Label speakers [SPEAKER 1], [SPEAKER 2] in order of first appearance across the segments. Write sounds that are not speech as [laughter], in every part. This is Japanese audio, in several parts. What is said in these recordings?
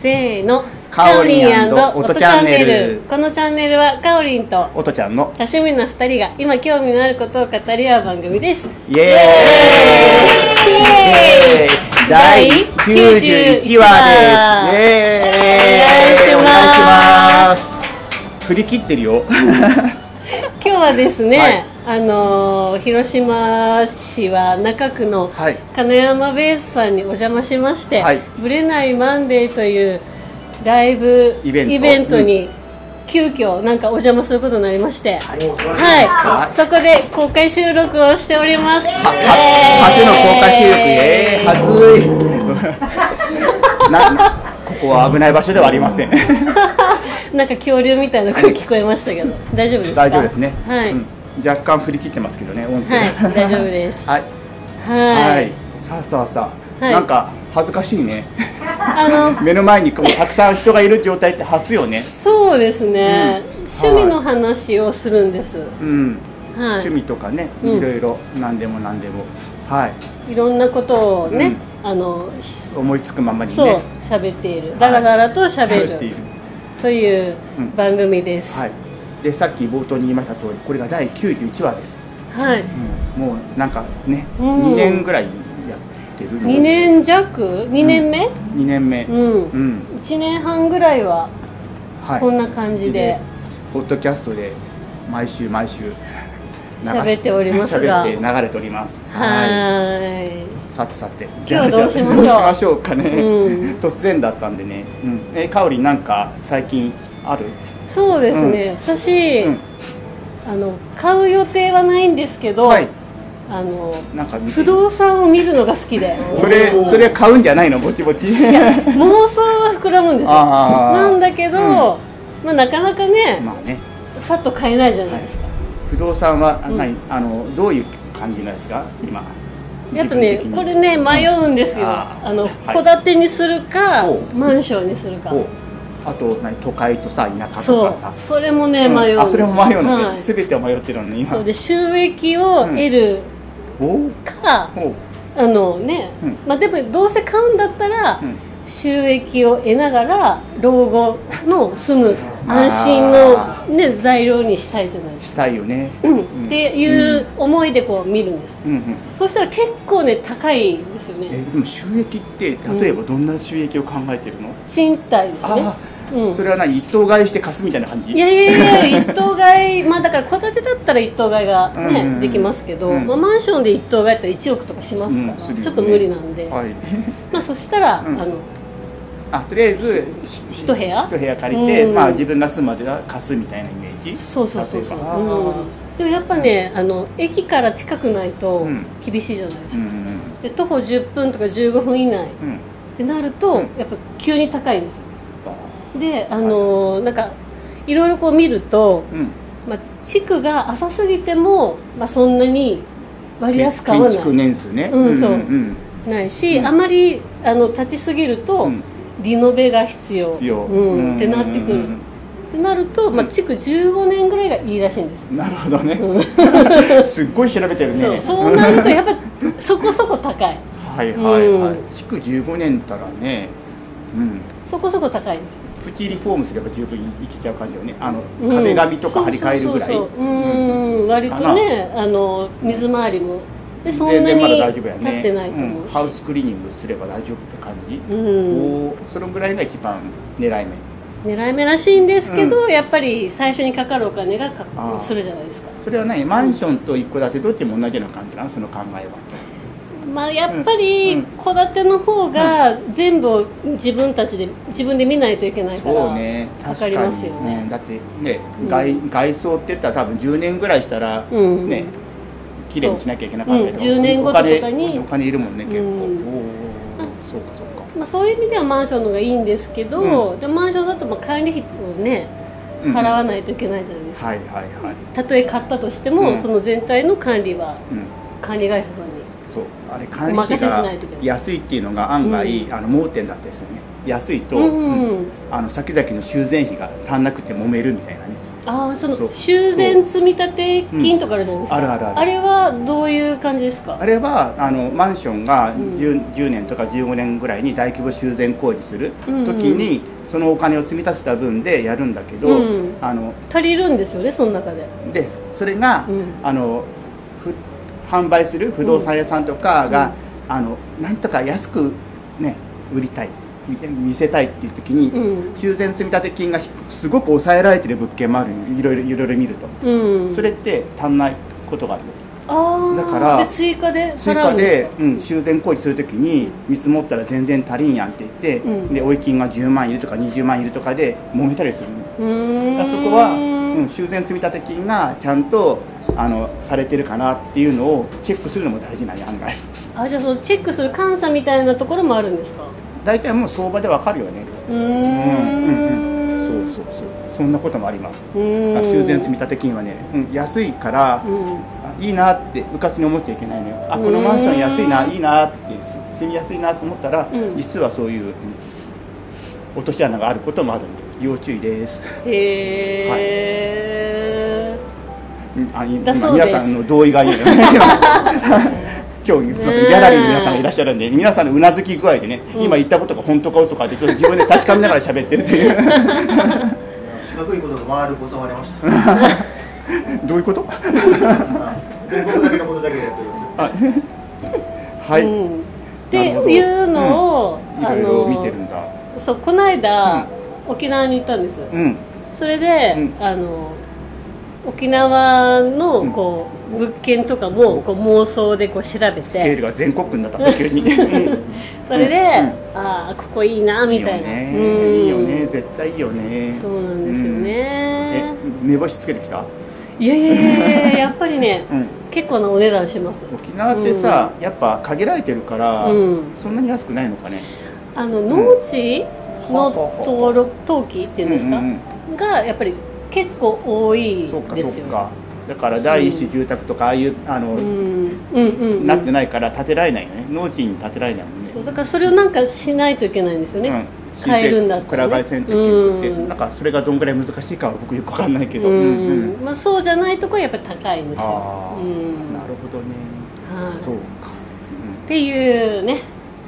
[SPEAKER 1] せーの
[SPEAKER 2] かおりん
[SPEAKER 1] かお
[SPEAKER 2] 音チャンネル
[SPEAKER 1] このチャンネルはかおりんと
[SPEAKER 2] 音ちゃんの
[SPEAKER 1] 多趣味な2人が今興味のあることを語り合う番組です
[SPEAKER 2] イエーイ
[SPEAKER 1] イエーイ
[SPEAKER 2] 第
[SPEAKER 1] 91
[SPEAKER 2] 91話ですイエーイ
[SPEAKER 1] お願いします
[SPEAKER 2] す振り切ってるよ
[SPEAKER 1] 今日はですね、
[SPEAKER 2] はい
[SPEAKER 1] あのー広島市は中区の
[SPEAKER 2] はい
[SPEAKER 1] 金山ベースさんにお邪魔しまして「
[SPEAKER 2] はい
[SPEAKER 1] ぶれないマンデー」というライブ
[SPEAKER 2] イベント
[SPEAKER 1] に急遽なんかお邪魔することになりまして、はい
[SPEAKER 2] はい
[SPEAKER 1] そこで公開収録をしております
[SPEAKER 2] はは初の公開収録イエーイはずい [laughs] ななここは危ない場所ではありません
[SPEAKER 1] なんか恐竜みたいな声聞こえましたけど大丈夫ですか
[SPEAKER 2] [laughs] 大丈夫ですね、
[SPEAKER 1] はい、
[SPEAKER 2] うん若干振り切ってますけどね音声
[SPEAKER 1] はい大丈夫です
[SPEAKER 2] [laughs] はい、
[SPEAKER 1] は
[SPEAKER 2] はいい、さあさあさあ、
[SPEAKER 1] はい
[SPEAKER 2] なんか恥ずかしいね
[SPEAKER 1] あの
[SPEAKER 2] 目の前にこうたくさん人がいる状態って初よね
[SPEAKER 1] そうですね、
[SPEAKER 2] うん
[SPEAKER 1] 趣味の話をするんです、
[SPEAKER 2] うん、
[SPEAKER 1] は
[SPEAKER 2] 趣味とかね
[SPEAKER 1] うん
[SPEAKER 2] いろいろ何でも何でもはい
[SPEAKER 1] い、いろんなことをね、あの
[SPEAKER 2] 思いつくままに
[SPEAKER 1] そう
[SPEAKER 2] ね
[SPEAKER 1] 喋っているだらだらと喋
[SPEAKER 2] ってい
[SPEAKER 1] る
[SPEAKER 2] る
[SPEAKER 1] という
[SPEAKER 2] うん
[SPEAKER 1] 番組です、
[SPEAKER 2] はいでさっき冒頭に言いました通りこれが第91話です、
[SPEAKER 1] はい
[SPEAKER 2] うんもうなんかね、
[SPEAKER 1] うん
[SPEAKER 2] 2年ぐらいやってるの
[SPEAKER 1] 2年弱2年目
[SPEAKER 2] 2年目
[SPEAKER 1] うん、
[SPEAKER 2] うん、
[SPEAKER 1] 1年半ぐらいは
[SPEAKER 2] はい
[SPEAKER 1] こんな感じで
[SPEAKER 2] ポッドキャストで毎週毎週流し
[SPEAKER 1] 喋っておりますが
[SPEAKER 2] [laughs] 喋って流れております
[SPEAKER 1] はい
[SPEAKER 2] さてさて
[SPEAKER 1] 今日どうしましょう
[SPEAKER 2] どうしましょうかね、
[SPEAKER 1] うん
[SPEAKER 2] 突然だったんでね、うん、えかおりんなんか最近ある、
[SPEAKER 1] そうですね、私、
[SPEAKER 2] うん
[SPEAKER 1] あの買う予定はないんですけど、
[SPEAKER 2] はい
[SPEAKER 1] あの
[SPEAKER 2] なんか見て
[SPEAKER 1] 不動産を見るのが好きで
[SPEAKER 2] [laughs] それそれ買うんじゃないのぼちぼち
[SPEAKER 1] 妄想は膨らむんですよ
[SPEAKER 2] あー
[SPEAKER 1] なんだけど、
[SPEAKER 2] うん
[SPEAKER 1] まあ、なかなかね、
[SPEAKER 2] [laughs] まあね
[SPEAKER 1] さっと買えないじゃないですか、
[SPEAKER 2] 不動産は、あ
[SPEAKER 1] うん
[SPEAKER 2] 何あのどういう感じのやつが今
[SPEAKER 1] やっぱね
[SPEAKER 2] 自分的に
[SPEAKER 1] これね迷うんですよ、
[SPEAKER 2] うんあー
[SPEAKER 1] あの
[SPEAKER 2] はい
[SPEAKER 1] 戸建てにするか、
[SPEAKER 2] ほう
[SPEAKER 1] マンションにするか、
[SPEAKER 2] こうあと何都会とさ田舎
[SPEAKER 1] そ
[SPEAKER 2] と
[SPEAKER 1] う
[SPEAKER 2] かさ
[SPEAKER 1] それもね迷うん
[SPEAKER 2] あそれも迷うの
[SPEAKER 1] は
[SPEAKER 2] ね
[SPEAKER 1] い
[SPEAKER 2] 全てを迷ってるのね
[SPEAKER 1] そ
[SPEAKER 2] 今
[SPEAKER 1] うで収益を得る
[SPEAKER 2] おお
[SPEAKER 1] か、
[SPEAKER 2] おう
[SPEAKER 1] あのね、
[SPEAKER 2] うん
[SPEAKER 1] まあでもどうせ買うんだったら、
[SPEAKER 2] うん
[SPEAKER 1] 収益を得ながら老後の住む安心の、ね、材料にしたいじゃないですか
[SPEAKER 2] したいよね、
[SPEAKER 1] うんっていう思いでこう見るんです、
[SPEAKER 2] うんうん
[SPEAKER 1] そうしたら結構ね高いんですよ
[SPEAKER 2] え
[SPEAKER 1] ね
[SPEAKER 2] でも収益って例えばどんな収益を考えてるの、
[SPEAKER 1] 賃貸ですね
[SPEAKER 2] ああ、
[SPEAKER 1] うん
[SPEAKER 2] それは何一等買いして貸すみたいな感じ
[SPEAKER 1] いやいやいや一等買いまあだから戸建てだったら一等買いがね、
[SPEAKER 2] うんうん
[SPEAKER 1] できますけど、
[SPEAKER 2] うん
[SPEAKER 1] まあ、マンションで一等買いだったら1億とかしますから、
[SPEAKER 2] うんするよね
[SPEAKER 1] ちょっと無理なんで、
[SPEAKER 2] はい [laughs]
[SPEAKER 1] まあそしたら、
[SPEAKER 2] うん
[SPEAKER 1] あの
[SPEAKER 2] あとりあえず
[SPEAKER 1] ひ一部屋
[SPEAKER 2] 一部屋借りて、
[SPEAKER 1] うん
[SPEAKER 2] まあ自分が住むまでは貸すみたいなイメージ
[SPEAKER 1] そうそうそうそう、
[SPEAKER 2] 例えばあ
[SPEAKER 1] うん、でもやっぱねあの駅から近くないと
[SPEAKER 2] うん
[SPEAKER 1] 厳しいじゃないです
[SPEAKER 2] ーう
[SPEAKER 1] か、
[SPEAKER 2] んうん
[SPEAKER 1] で徒歩10分とか15分以内っ
[SPEAKER 2] うんうん
[SPEAKER 1] てなると、
[SPEAKER 2] うん
[SPEAKER 1] やっぱ急に高いんですよ
[SPEAKER 2] あ
[SPEAKER 1] であのーなんかいろいろこう見ると、
[SPEAKER 2] ーうん
[SPEAKER 1] まあ、地区が浅すぎても、まあ、そんなに割安感は
[SPEAKER 2] 建築
[SPEAKER 1] な
[SPEAKER 2] 年数ね
[SPEAKER 1] うんそうん
[SPEAKER 2] ん
[SPEAKER 1] いないし、
[SPEAKER 2] うん
[SPEAKER 1] あまりあの立ちすぎると、
[SPEAKER 2] うん
[SPEAKER 1] リノベが必要
[SPEAKER 2] 必要、
[SPEAKER 1] うん、ってなってくるってなると、まあ、
[SPEAKER 2] うん
[SPEAKER 1] 築15年ぐらいがいいらしいんです、
[SPEAKER 2] なるほどね、 [laughs] すっごい調べてる
[SPEAKER 1] そう
[SPEAKER 2] ね
[SPEAKER 1] そうなるとやっぱそこそこ高い
[SPEAKER 2] はいはいはい
[SPEAKER 1] うん
[SPEAKER 2] 築、15年たらねうん
[SPEAKER 1] そこそこ高いです
[SPEAKER 2] プチリフォームすれば十分いけちゃう感じよねあの、
[SPEAKER 1] うん
[SPEAKER 2] 壁紙とか張り替えるぐらい
[SPEAKER 1] そうそうそうそううん、割とねあの水回りもでそんな
[SPEAKER 2] 全然まだ
[SPEAKER 1] に
[SPEAKER 2] 大丈
[SPEAKER 1] 立
[SPEAKER 2] 夫やね
[SPEAKER 1] ってないと思
[SPEAKER 2] うん
[SPEAKER 1] うし
[SPEAKER 2] ハウスクリーニングすれば大丈夫って感じ、
[SPEAKER 1] うん、
[SPEAKER 2] おーそのぐらいが一番狙い目
[SPEAKER 1] 狙い目らしいんですけど、やっぱり最初にかかるお金がか
[SPEAKER 2] あー
[SPEAKER 1] するじゃないですか
[SPEAKER 2] それは何マンションと一戸建てどっちも同じような感じなのその考えは
[SPEAKER 1] まあやっぱり
[SPEAKER 2] うん
[SPEAKER 1] 戸建ての方が全部を自分たちで自分で見ないといけないから
[SPEAKER 2] そうね
[SPEAKER 1] か
[SPEAKER 2] 確
[SPEAKER 1] か
[SPEAKER 2] かに
[SPEAKER 1] りますよね
[SPEAKER 2] うんだってね、
[SPEAKER 1] うん
[SPEAKER 2] 外外装って言ったら多分10年ぐらいしたら、
[SPEAKER 1] うん
[SPEAKER 2] ね綺麗にしなきゃいけなかったりとか、
[SPEAKER 1] そううん10年後とかに
[SPEAKER 2] お金お金いるもんね結構、
[SPEAKER 1] うん
[SPEAKER 2] おーそうかそうか、
[SPEAKER 1] まあ、そういう意味ではマンションの方がいいんですけど、
[SPEAKER 2] う
[SPEAKER 1] でマンションだとまあ管理費をね
[SPEAKER 2] うん
[SPEAKER 1] 払わないといけないじゃないですか、
[SPEAKER 2] はいはいはい、
[SPEAKER 1] たとえ買ったとしても、
[SPEAKER 2] うん
[SPEAKER 1] その全体の管理は
[SPEAKER 2] うん
[SPEAKER 1] 管理会社さんに
[SPEAKER 2] そうあれ管
[SPEAKER 1] お
[SPEAKER 2] 理
[SPEAKER 1] 任
[SPEAKER 2] 費
[SPEAKER 1] せし
[SPEAKER 2] が
[SPEAKER 1] ないといけない
[SPEAKER 2] 安いっていうのが案外、
[SPEAKER 1] う
[SPEAKER 2] あの盲点だったですよね安いと、
[SPEAKER 1] うんうんうん
[SPEAKER 2] あの先々の修繕費が足んなくて揉めるみたいなね
[SPEAKER 1] ああその
[SPEAKER 2] そう
[SPEAKER 1] 修繕積立金とかあるじゃないですか、
[SPEAKER 2] うんあるあるある
[SPEAKER 1] れはどういう感じですか
[SPEAKER 2] あれはあのマンションが 10,、
[SPEAKER 1] ん
[SPEAKER 2] 10年とか15年ぐらいに大規模修繕工事する時
[SPEAKER 1] うんうん
[SPEAKER 2] に、そのお金を積み立てた分でやるんだけど、
[SPEAKER 1] うん
[SPEAKER 2] あの
[SPEAKER 1] 足りるんですよねその中で
[SPEAKER 2] でそれが、
[SPEAKER 1] うん
[SPEAKER 2] あのふ販売する不動産屋さんとかが、あのなんとか安く、ね、売りたい見見せたいっていう時に、
[SPEAKER 1] うん
[SPEAKER 2] 修繕積立金がひすごく抑えられてる物件もあるいろいろいろいろ見ると、
[SPEAKER 1] うん
[SPEAKER 2] それって足んないことがある
[SPEAKER 1] ああ
[SPEAKER 2] だから
[SPEAKER 1] で追加で
[SPEAKER 2] 追
[SPEAKER 1] 払
[SPEAKER 2] 加
[SPEAKER 1] うん
[SPEAKER 2] で
[SPEAKER 1] で、
[SPEAKER 2] うん、修繕工事するときに見積もったら全然足りんやんって言って、
[SPEAKER 1] うん
[SPEAKER 2] で追い金が10万いるとか20万いるとかで揉めたりするの
[SPEAKER 1] すかうーん
[SPEAKER 2] だからそこは、うん、修繕積立金がちゃんとあのされてるかなっていうのをチェックするのも大事なんや案外
[SPEAKER 1] あじゃあそのチェックする監査みたいなところもあるんですか
[SPEAKER 2] 大体もう相場でわかるよね
[SPEAKER 1] うー
[SPEAKER 2] うん
[SPEAKER 1] ん
[SPEAKER 2] うんうん
[SPEAKER 1] う
[SPEAKER 2] そうそうそうそんなこともあります
[SPEAKER 1] うー
[SPEAKER 2] だ
[SPEAKER 1] ん
[SPEAKER 2] から修繕積立金はね、うん、安いから、
[SPEAKER 1] うん
[SPEAKER 2] あいいなってうかつに思っちゃいけないのよあこのマンション安いな
[SPEAKER 1] うん
[SPEAKER 2] いいなってす住みやすいなと思ったら、
[SPEAKER 1] うん
[SPEAKER 2] 実はそういう、うん落とし穴があることもあるんで要注意です、
[SPEAKER 1] へえ、
[SPEAKER 2] うんあい
[SPEAKER 1] だ
[SPEAKER 2] 今
[SPEAKER 1] そうです
[SPEAKER 2] 皆さんの同意がいい
[SPEAKER 1] [laughs]
[SPEAKER 2] のよ今日すみませんギャラリーに皆さんがいらっしゃるんで皆さんのうなずき具合でね、今言ったことが本当か嘘かってちょっと自分で確かめながら喋ってるっていう
[SPEAKER 1] [laughs]
[SPEAKER 3] 四角いことが回るこそわれました。
[SPEAKER 2] どういうこと
[SPEAKER 3] 僕だけのことだけでやっております。
[SPEAKER 2] はい、
[SPEAKER 1] うん、って
[SPEAKER 2] なるほど
[SPEAKER 1] いうのを、
[SPEAKER 2] いろいろ見てるんだ
[SPEAKER 1] そうこの間、沖縄に行ったんです、
[SPEAKER 2] うん
[SPEAKER 1] それで、
[SPEAKER 2] うん
[SPEAKER 1] あの沖縄
[SPEAKER 2] う
[SPEAKER 1] の
[SPEAKER 2] ん
[SPEAKER 1] こう、物件とかもこう妄想でこう調べ
[SPEAKER 2] スケール
[SPEAKER 1] て
[SPEAKER 2] が全国区になった時
[SPEAKER 1] [laughs]
[SPEAKER 2] にうん
[SPEAKER 1] それで、
[SPEAKER 2] う
[SPEAKER 1] ああここいいなみたいなうん
[SPEAKER 2] いいよねいいよね絶対いいよね
[SPEAKER 1] そうなんですよ
[SPEAKER 2] え
[SPEAKER 1] ね、
[SPEAKER 2] 目星つけてきた、
[SPEAKER 1] いやいやいやいややっぱりね
[SPEAKER 2] うん、
[SPEAKER 1] 結構なお値段します
[SPEAKER 2] 沖縄ってさ、やっぱ限られてるから、
[SPEAKER 1] うん
[SPEAKER 2] そんなに安くないのかね
[SPEAKER 1] あの農地の
[SPEAKER 2] ははは
[SPEAKER 1] 登録登記っていうんですか、
[SPEAKER 2] うんうん
[SPEAKER 1] がやっぱり結構多い
[SPEAKER 2] うんそうか
[SPEAKER 1] で
[SPEAKER 2] そ
[SPEAKER 1] す
[SPEAKER 2] う
[SPEAKER 1] よ
[SPEAKER 2] かだから第一種住宅とかああいうあの、
[SPEAKER 1] うんうんうんうん
[SPEAKER 2] なってないから建てられないよね農地に建てられないもんね
[SPEAKER 1] そうだからそれをなんかしないといけないんですよね、
[SPEAKER 2] うん
[SPEAKER 1] 変えるんだった
[SPEAKER 2] クラ
[SPEAKER 1] ら、
[SPEAKER 2] バ
[SPEAKER 1] ね、
[SPEAKER 2] イセントって
[SPEAKER 1] うん
[SPEAKER 2] なんかそれがどんぐらい難しいかは僕よくわかんないけど、
[SPEAKER 1] うん
[SPEAKER 2] うんうん
[SPEAKER 1] まあ、そうじゃないとこはやっぱり高いんですよ、
[SPEAKER 2] ああ、
[SPEAKER 1] うん
[SPEAKER 2] なるほどね、
[SPEAKER 1] はい
[SPEAKER 2] そうか、うん
[SPEAKER 1] っていうね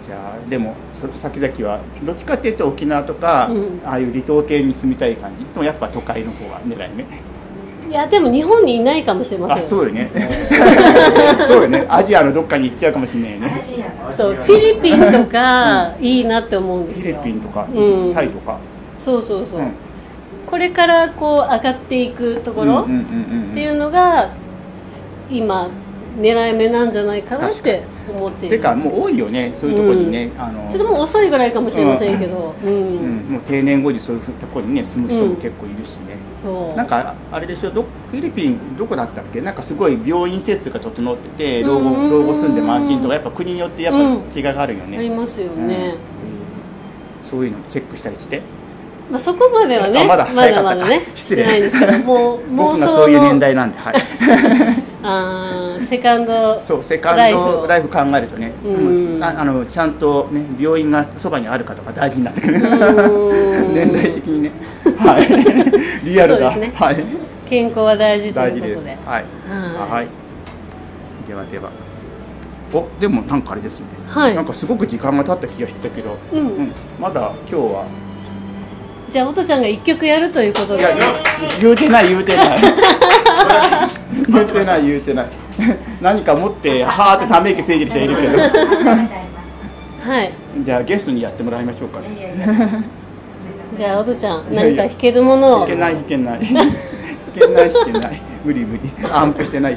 [SPEAKER 2] じゃあでもそ先々はどっちかっていうと沖縄とか、
[SPEAKER 1] うん
[SPEAKER 2] ああいう離島系に住みたい感じでもやっぱ都会の方が狙い目
[SPEAKER 1] いやでも日本にいないかもしれません
[SPEAKER 2] あそうよ
[SPEAKER 1] [laughs]
[SPEAKER 2] ねそうよねアジアのどっかに行っちゃうかもしれないよね
[SPEAKER 1] そうフィリピンとかいいなって思うんで
[SPEAKER 2] フ
[SPEAKER 1] す
[SPEAKER 2] ィ
[SPEAKER 1] よ
[SPEAKER 2] リピンとか、
[SPEAKER 1] うん
[SPEAKER 2] タイとか
[SPEAKER 1] そうそうそう、
[SPEAKER 2] うん
[SPEAKER 1] これからこう上がっていくとこ
[SPEAKER 2] うんうん
[SPEAKER 1] ろ
[SPEAKER 2] うんうん
[SPEAKER 1] っていうのが今狙い目なんじゃないかなって思っている
[SPEAKER 2] てかもう多いよねそういうところにね、あの
[SPEAKER 1] ちょっともう遅いぐらいかもしれませんけど、うん
[SPEAKER 2] うん、もう定年後にそういうところにね住む人も結構いるしね、
[SPEAKER 1] そう
[SPEAKER 2] なんかあれでしょどフィリピンどこだったっけなんかすごい病院施設が整ってて老
[SPEAKER 1] うんうんう
[SPEAKER 2] 後
[SPEAKER 1] ん
[SPEAKER 2] 老後住んでも安心とかやっぱ国によってやっぱ違いがあるよね、
[SPEAKER 1] ありますよね、
[SPEAKER 2] うんそういうのチェックしたりして
[SPEAKER 1] まあ、そこまではね
[SPEAKER 2] あまだ
[SPEAKER 1] まだまだ
[SPEAKER 2] 早かっ
[SPEAKER 1] ね
[SPEAKER 2] たか失礼
[SPEAKER 1] してないですけどもう
[SPEAKER 2] [laughs]
[SPEAKER 1] 妄
[SPEAKER 2] 僕が
[SPEAKER 1] 想の
[SPEAKER 2] そういう年代なん
[SPEAKER 1] [laughs]
[SPEAKER 2] で、はい、
[SPEAKER 1] あーセカンド
[SPEAKER 2] そうセカ
[SPEAKER 1] ラ
[SPEAKER 2] ン
[SPEAKER 1] イフ
[SPEAKER 2] ド
[SPEAKER 1] を
[SPEAKER 2] ライフ考えるとね、
[SPEAKER 1] うん
[SPEAKER 2] ああのちゃんと、ね、病院がそばにあるかとか大事になってくる
[SPEAKER 1] うん
[SPEAKER 2] [laughs] 年代的にね、
[SPEAKER 1] [laughs]
[SPEAKER 2] はい、リアルだ、
[SPEAKER 1] そうですね
[SPEAKER 2] はい、
[SPEAKER 1] 健康は大事と
[SPEAKER 2] 大
[SPEAKER 1] い
[SPEAKER 2] 事
[SPEAKER 1] う
[SPEAKER 2] で
[SPEAKER 1] こ
[SPEAKER 2] す
[SPEAKER 1] とで
[SPEAKER 2] はい、
[SPEAKER 1] はい
[SPEAKER 2] はい、ではではおでもなんかあれですね、
[SPEAKER 1] はい
[SPEAKER 2] なんかすごく時間が経った気がしてたけど、
[SPEAKER 1] うん
[SPEAKER 2] まだ今日は
[SPEAKER 1] じゃあ音ちゃんが一曲やるということ
[SPEAKER 2] い
[SPEAKER 1] で
[SPEAKER 2] や言う言うてない言うて
[SPEAKER 1] [laughs]
[SPEAKER 2] ない言うてない言うてない何か持ってはーってため息ついてる人いるけど
[SPEAKER 1] [laughs] はい
[SPEAKER 2] じゃあゲストにやってもらいましょうかね
[SPEAKER 1] じゃあ音ちゃん
[SPEAKER 2] いやい
[SPEAKER 1] 何
[SPEAKER 2] や
[SPEAKER 1] か弾けるもの
[SPEAKER 2] 弾
[SPEAKER 1] を
[SPEAKER 2] けない弾けない弾けない弾けない無理無理アンプしてないい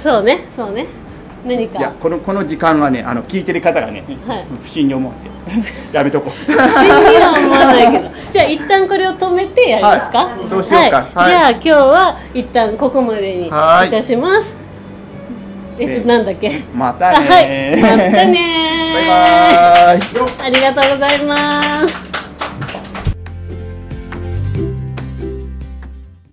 [SPEAKER 1] そうねそうね何
[SPEAKER 2] や
[SPEAKER 1] か
[SPEAKER 2] このこの時間はねあの聞いてる方がね、
[SPEAKER 1] はい
[SPEAKER 2] 不審に思ってやめとこう
[SPEAKER 1] 不審には思わないけどじゃあ一旦これを止めてやりますか、
[SPEAKER 2] はいそうしようか
[SPEAKER 1] はい
[SPEAKER 2] はい
[SPEAKER 1] じゃあ今日は一旦ここまでにい
[SPEAKER 2] はい
[SPEAKER 1] たしますえっ
[SPEAKER 2] せー
[SPEAKER 1] となんだっけ
[SPEAKER 2] [laughs] またねー
[SPEAKER 1] はいまたねー
[SPEAKER 2] バイバーイ
[SPEAKER 1] ありがとうございます